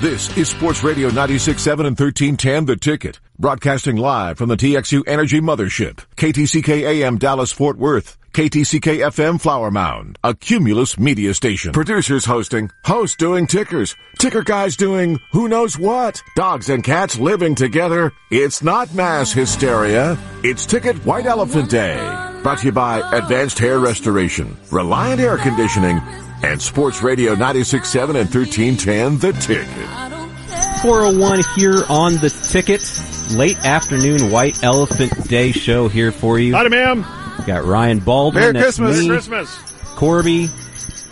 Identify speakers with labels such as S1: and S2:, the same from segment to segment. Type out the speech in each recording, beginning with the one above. S1: This is Sports Radio 96.7 and 1310 The Ticket, broadcasting live from the TXU Energy Mothership, KTCK AM Dallas Fort Worth, KTCK FM Flower Mound, a Cumulus media station. Producers hosting, hosts doing tickers, ticker guys doing who knows what, dogs and cats living together. It's not mass hysteria, it's Ticket White Elephant Day. Brought to you by Advanced Hair Restoration, Reliant Air Conditioning, and Sports Radio 96.7 and 1310 The Ticket.
S2: 401 here on the ticket. Late afternoon White Elephant Day show here for you.
S3: Howdy, ma'am.
S2: We got Ryan Baldwin.
S3: Merry
S2: that's
S3: Christmas.
S2: me,
S3: Merry Christmas.
S2: Corby,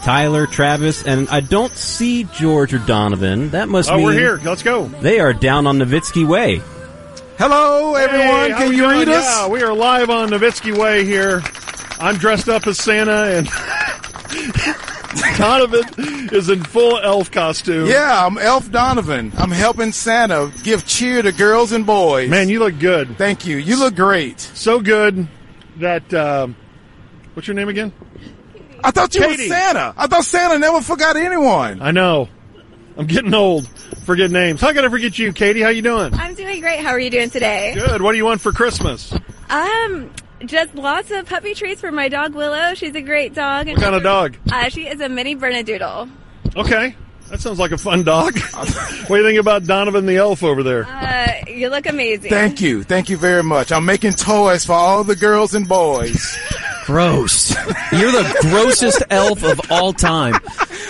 S2: Tyler, Travis, and I don't see George or Donovan. That must
S3: Oh,
S2: mean
S3: we're here. Let's go.
S2: they are down on Novitsky Way.
S4: Hello, everyone.
S3: Hey, how
S4: Can
S3: we
S4: you
S3: doing?
S4: read
S3: Yeah,
S4: us?
S3: we are live on Novitsky Way here. I'm dressed up as Santa, and Donovan is in full elf costume.
S4: Yeah, I'm Elf Donovan. I'm helping Santa give cheer to girls and boys.
S3: Man, you look good.
S4: thank you. You look great.
S3: So good that, um, what's your name again?
S4: I thought you
S3: Katie.
S4: were Santa. I thought Santa never forgot anyone.
S3: I know. I'm getting old. Forget names. How can I forget you, Katie? How you doing?
S5: I'm doing great. How are you doing today?
S3: Good. What do you want for Christmas?
S5: Um, just lots of puppy treats for my dog Willow. She's a great dog.
S3: What kind of dog?
S5: Uh, she is a mini Bernedoodle.
S3: Okay. That sounds like a fun dog. what do you think about Donovan the elf over there?
S5: Uh, you look amazing.
S4: Thank you. Thank you very much. I'm making toys for all the girls and boys.
S6: Gross. You're the grossest elf of all time.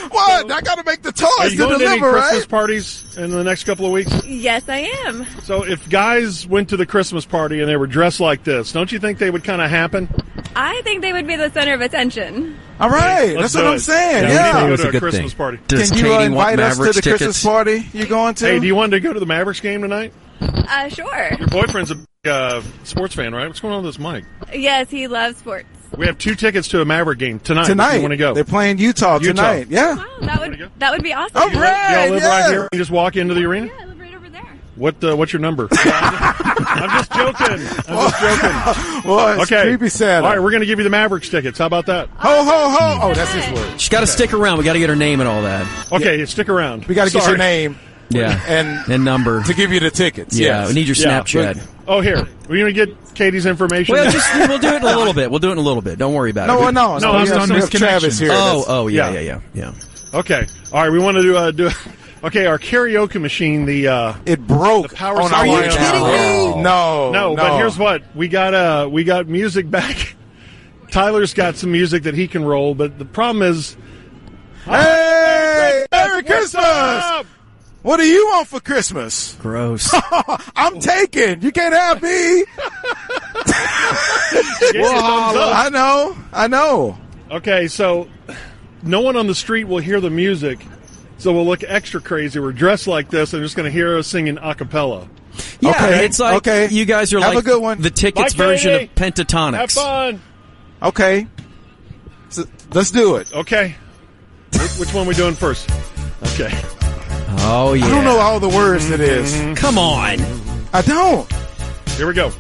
S4: what? I gotta make the
S3: Are
S4: toys
S3: you
S4: to
S3: going to any
S4: deliver,
S3: Christmas
S4: right?
S3: parties in the next couple of weeks?
S5: Yes, I am.
S3: So if guys went to the Christmas party and they were dressed like this, don't you think they would kind of happen?
S5: I think they would be the center of attention.
S4: All right.
S3: Let's
S4: That's what
S3: do
S4: I'm
S3: it.
S4: saying.
S3: we need
S4: Yeah.
S3: to
S6: It's
S3: go
S6: a
S3: to a
S6: good
S3: Christmas
S6: thing.
S3: party.
S6: Does
S4: Can you uh,
S6: Katie want
S4: invite us to
S6: Mavericks
S4: the Christmas
S6: tickets?
S4: party you going to?
S3: Hey, do you want to go to the Mavericks game tonight?
S5: Uh, sure.
S3: Boyfriend's a big, uh, sports fan, right? What's going on with this mic?
S5: Yes, he loves sports.
S3: We have two tickets to a Maverick game tonight.
S4: tonight?
S3: If you want to go?
S4: They're playing Utah,
S3: Utah.
S4: tonight. Yeah.
S5: Wow, that
S3: Wanna go? Oh,
S5: would that would be awesome.
S4: All right.
S3: Y'all live right
S4: yeah.
S3: here. You just walk into the arena.
S5: Yeah, I live right over there.
S3: What? Uh, what's your number? I'm just joking. I'm just joking.
S4: Well, it's
S3: Okay.
S4: creepy Santa.
S3: All right, we're going to give you the Mavericks tickets. How about that?
S4: Ho ho ho! Oh, that's his word.
S6: She's got to stick around. We got to get her name and all that.
S3: Okay, stick around.
S4: We got to get
S3: Sorry.
S4: your name
S6: Yeah.
S4: and
S6: And number.
S4: to give you the tickets.
S6: Yeah.
S4: yes.
S6: We need your
S3: Yeah.
S6: Snapchat.
S3: Oh, here. We're going to get Katie's information.
S6: Well, just we'll do it in a little bit. We'll do it in a little bit. Don't worry about it.
S4: no,
S6: We-
S4: no, no.
S3: No,
S4: we
S3: it's
S4: have-
S3: on
S4: we have
S3: misconnection.
S4: Travis here.
S6: Oh,
S4: That's-
S6: oh, yeah,
S3: Yeah.
S6: yeah, yeah, yeah.
S3: Okay. All right. We want to do, uh, do. Okay, our karaoke machine. The uh,
S4: it broke.
S3: The power
S4: on our
S3: supply
S4: way
S3: on
S4: down.
S3: our
S6: way.
S4: No,
S3: Oh, no, but here's what we got. Uh, we got music back. Tyler's got some music that he can roll, but the problem is
S4: Hey, Merry
S3: What's
S4: Christmas!
S3: up?
S4: What do you want for Christmas?
S6: Gross.
S4: I'm taking. You can't have me.
S3: Give me a thumbs up.
S4: I know. I know.
S3: Okay, so no one on the street will hear the music, so we'll look extra crazy. We're dressed like this, and they're just going to hear us singing a cappella.
S6: Yeah,
S4: Okay,
S6: it's like
S4: okay.
S6: you guys are
S4: Have
S6: like
S4: a good one.
S6: the tickets
S3: Bye,
S6: version
S3: Katie.
S6: of Pentatonics.
S3: Have fun.
S4: Okay, So, let's do it.
S3: Okay, Wh- which one we doing first? Okay,
S6: Oh yeah.
S4: I don't know all the words to this.
S6: Come on.
S4: I don't.
S3: here we go.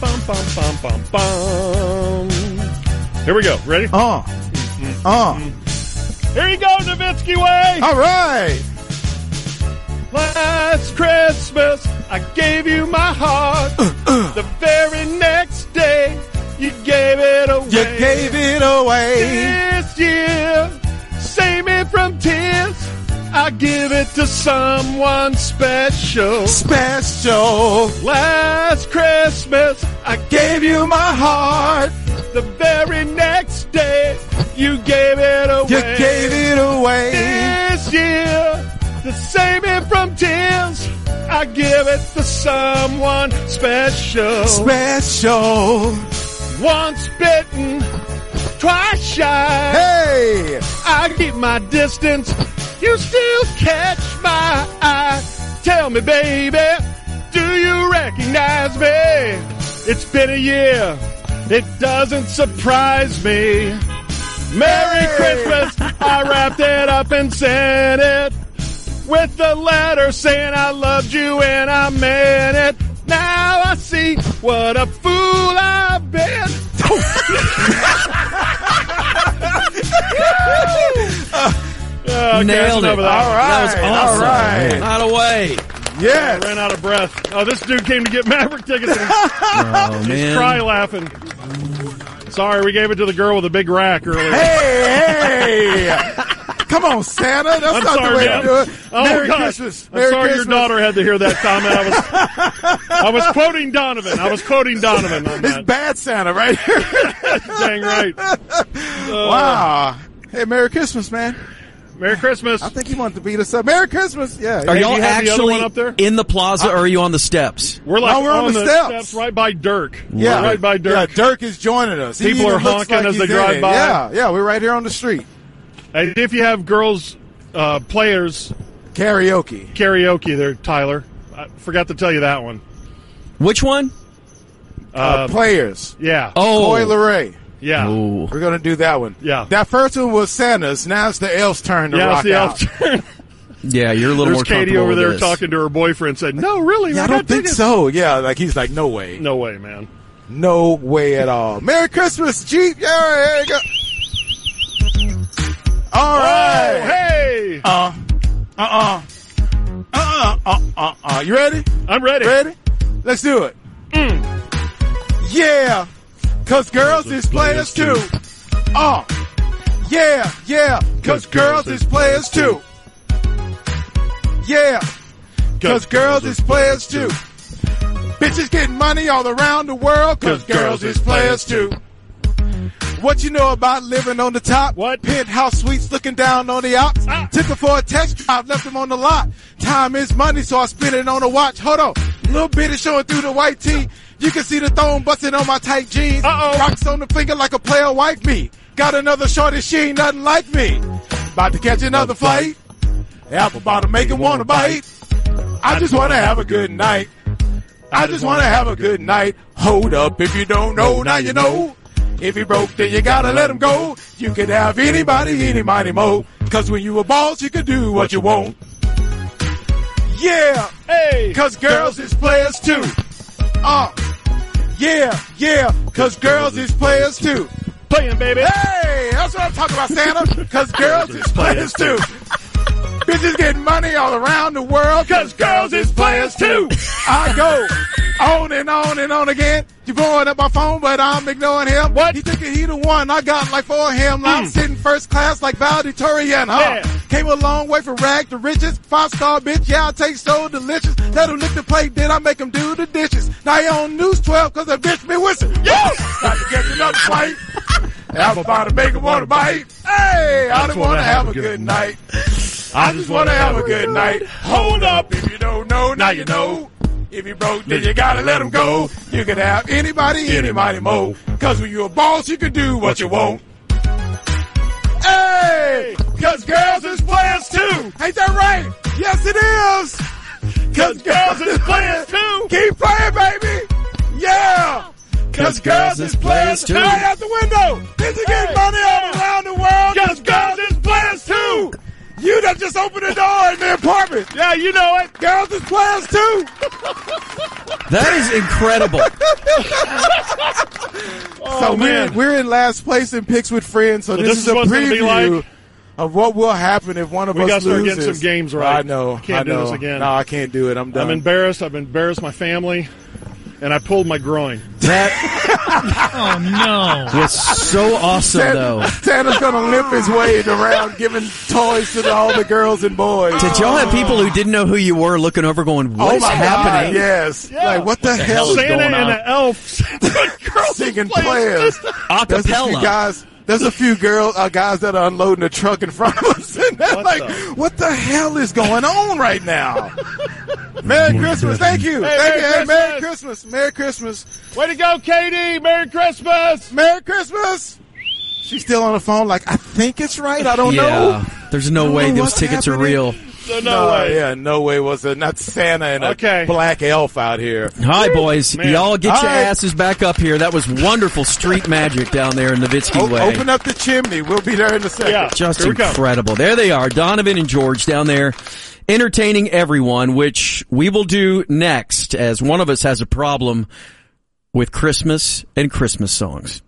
S3: Bum, bum, bum, bum, bum. Here we go. Ready?
S4: Uh, uh.
S3: Here you go, Nowitzki Way.
S4: All right.
S3: Last Christmas, I gave you my heart.
S4: Uh,
S3: The very next day, you gave it away.
S4: You gave it away.
S3: This year, save me from tears. I give it to someone special.
S4: Special.
S3: Last Christmas, I
S4: Gave you my heart.
S3: the very next day, you gave it away.
S4: You gave it away.
S3: This year, to save me from tears, I give it to someone special.
S4: Special.
S3: Once bitten, twice shy.
S4: Hey.
S3: I keep my distance. You still catch my eye. Tell me, baby, do you recognize me? It's been a year. It doesn't surprise me. Merry
S4: Hey!
S3: Christmas. I wrapped it up and sent it with the letter saying I loved you and I meant it. Now I see what a fool I've been. Uh,
S6: Nailed it.
S3: Casanova, that.
S4: All right.
S6: That was awesome.
S4: All right.
S6: Not away.
S4: Yes.
S3: Ran out of breath. Oh, this dude came to get Maverick tickets. And he's
S6: Oh, man.
S3: cry laughing. Sorry, we gave it to the girl with the big rack earlier.
S4: Hey, hey. Come on, Santa. That's
S3: I'm
S4: not the
S3: sorry,
S4: way
S3: ma'am.
S4: to do it.
S3: Oh
S4: Merry
S3: God!
S4: Christmas.
S3: I'm
S4: Merry
S3: sorry
S4: Christmas.
S3: your daughter had to hear that comment. I was, I was quoting Donovan. I was quoting Donovan on
S4: It's
S3: that.
S4: bad Santa right here.
S3: Dang right. Uh,
S4: wow. Hey, Merry Christmas, man.
S3: Merry Christmas.
S4: I think he wanted to beat us up. Merry Christmas. Yeah.
S6: Are
S4: yeah.
S3: do
S6: y'all
S3: you have the other
S6: actually
S3: one up there?
S6: in the plaza or are you on the steps?
S3: We're like
S4: No, we're on the steps.
S3: right by Dirk.
S4: Yeah.
S3: We're right by Dirk.
S4: Yeah, Dirk is joining us. He
S3: People
S4: even
S3: are
S4: looks
S3: honking
S4: like
S3: as they
S4: he's in
S3: drive
S4: it.
S3: by.
S4: Yeah, yeah, we're right here on the street.
S3: And if you have girls uh, players
S4: Karaoke.
S3: karaoke, there, Tyler. I forgot to tell you that one.
S6: Which one?
S4: Uh, players.
S3: Yeah.
S6: Oh.
S4: Coy Leray.
S3: yeah.
S6: Ooh.
S4: We're going to do that one.
S3: Yeah.
S4: That first one was Santa's. Now it's the elf's turn to
S3: Yeah, it's
S4: rock
S3: the
S4: out.
S3: elf turn.
S6: Yeah, you're a little
S3: There's
S6: more
S3: Katie
S6: comfortable
S3: over
S6: with
S3: there
S6: this.
S3: talking to her boyfriend. Said, "No, really,
S4: Yeah,
S3: I
S4: I don't think
S3: tickets.
S4: so. Yeah, like he's like, no way.
S3: No way, man.
S4: No way at all. Merry Christmas, Jeep. Yeah, here you go. All
S3: Oh,
S4: right.
S3: hey,
S4: Uh, uh, uh, uh, uh, uh, uh. You ready?
S3: I'm ready.
S4: Ready? Let's do it. Yeah, cause girls is players too. Uh, yeah, yeah, cause girls is players too. Yeah, cause girls is players too. Bitches getting money all around the world cause girls is players too. What you know about living on the top?
S3: What?
S4: Penthouse suites looking down on the ops.
S3: Ah.
S4: Took her for a test drive, left them on the lot. Time is money, so I spent it on the watch. Hold on. Little bit is showing through the white tee. You can see the thong busting on my tight jeans.
S3: Uh-oh.
S4: Rocks on the finger like a player wife me. Got another shorty, she ain't nothing like me. About to catch another fight. Apple bottom make 'em wanna bite. I just wanna have a good night. I just wanna have a good night. Hold up, if you don't know, now you know. If you broke, then you gotta let 'em go. You could have anybody, any mighty mo. Cause when you a boss, you can do what you want. Yeah,
S3: Hey,
S4: cause girls is players too. Uh, yeah, yeah, cause girls is players too.
S3: playing, baby.
S4: Hey, that's what I'm talking about, Santa. Cause girls is players too. Bitches getting money all around the world. Cause girls is players too. I go on and on and on again. You blowing up my phone, but I'm ignoring him.
S3: What?
S4: He thinking he the one. I got like four of him. I'm sitting first class like valedictorian, huh?
S3: Yeah.
S4: Came a long way from rag to riches. Five star bitch, yeah, I taste so delicious. Let him lick the plate, then I make him do the dishes. Now you on News 12 cause the bitch been whistling. Yes! Got to get another fight. I'm about to make 'em wanna bite. Hey, I just wanna have a good night. I just wanna have a good night. Hold up, if you don't know, now you know. If you broke, then you gotta let 'em go. You can have anybody, anybody mo. Cause when you a boss, you can do what you want. Hey, cause girls is players too. Ain't that right? Yes, it is. Cause girls is players too. Keep playing, baby. Yeah. Cause girls is players too. Right out the window. Kids are getting money all around the world. Cause girls is players too. You done just opened the door in the apartment.
S3: Yeah, you know it.
S4: Girls is players too.
S6: That is incredible.
S4: so
S3: Oh, man.
S4: We're, we're in last place in picks with friends. So
S3: this
S4: this,
S3: is
S4: is a
S3: what it's gonna be
S4: preview
S3: like.
S4: of what will happen if one of
S3: We
S4: us
S3: gotta start
S4: loses.
S3: getting some games right.
S4: I know.
S3: Can't
S4: I
S3: do
S4: know.
S3: this again.
S4: No, I can't do it. I'm done.
S3: I'm embarrassed. I've embarrassed my family, and I pulled my groin.
S7: Oh no!
S6: was so awesome, though.
S4: Santa, Santa's gonna limp his way around giving toys to the, all the girls and boys.
S6: Did y'all have people who didn't know who you were looking over going,
S4: oh
S6: "What is
S4: my
S6: happening?
S4: God, yes. Like what the, hell,
S7: hell
S4: is
S7: is
S3: Santa
S7: going
S3: and
S7: on?
S3: the elf girls
S4: singing players? There's a few
S6: Acapella.
S4: guys. There's a few girl uh, guys that are unloading a truck in front of us, and they're
S3: What
S4: like,
S3: the-
S4: "What the hell is going on right now?" Merry Christmas! Thank you.
S3: Hey,
S4: Thank
S3: Merry
S4: you. Hey, Merry Christmas. Merry Christmas.
S3: Way to go, Katie! Merry Christmas.
S4: Merry Christmas. She's still on the phone. Like I think it's right. I don't
S6: yeah,
S4: know.
S6: there's no
S4: Oh, don't
S6: way
S4: know
S6: those
S4: what's
S6: tickets are
S4: happening.
S6: real.
S3: So no way.
S4: Yeah, no way was it. Not Santa and a
S3: Okay.
S4: black elf out here.
S6: All right, boys,
S3: Man.
S6: y'all get
S4: All
S6: your
S4: right.
S6: asses back up here. That was wonderful street magic down there in Novitsky
S4: O-
S6: Way.
S4: open up the chimney. We'll be there in a second.
S3: Yeah.
S6: Just
S3: Here we go.
S6: incredible. There they are, Donovan and George down there entertaining everyone, which we will do next as one of us has a problem with Christmas and Christmas songs.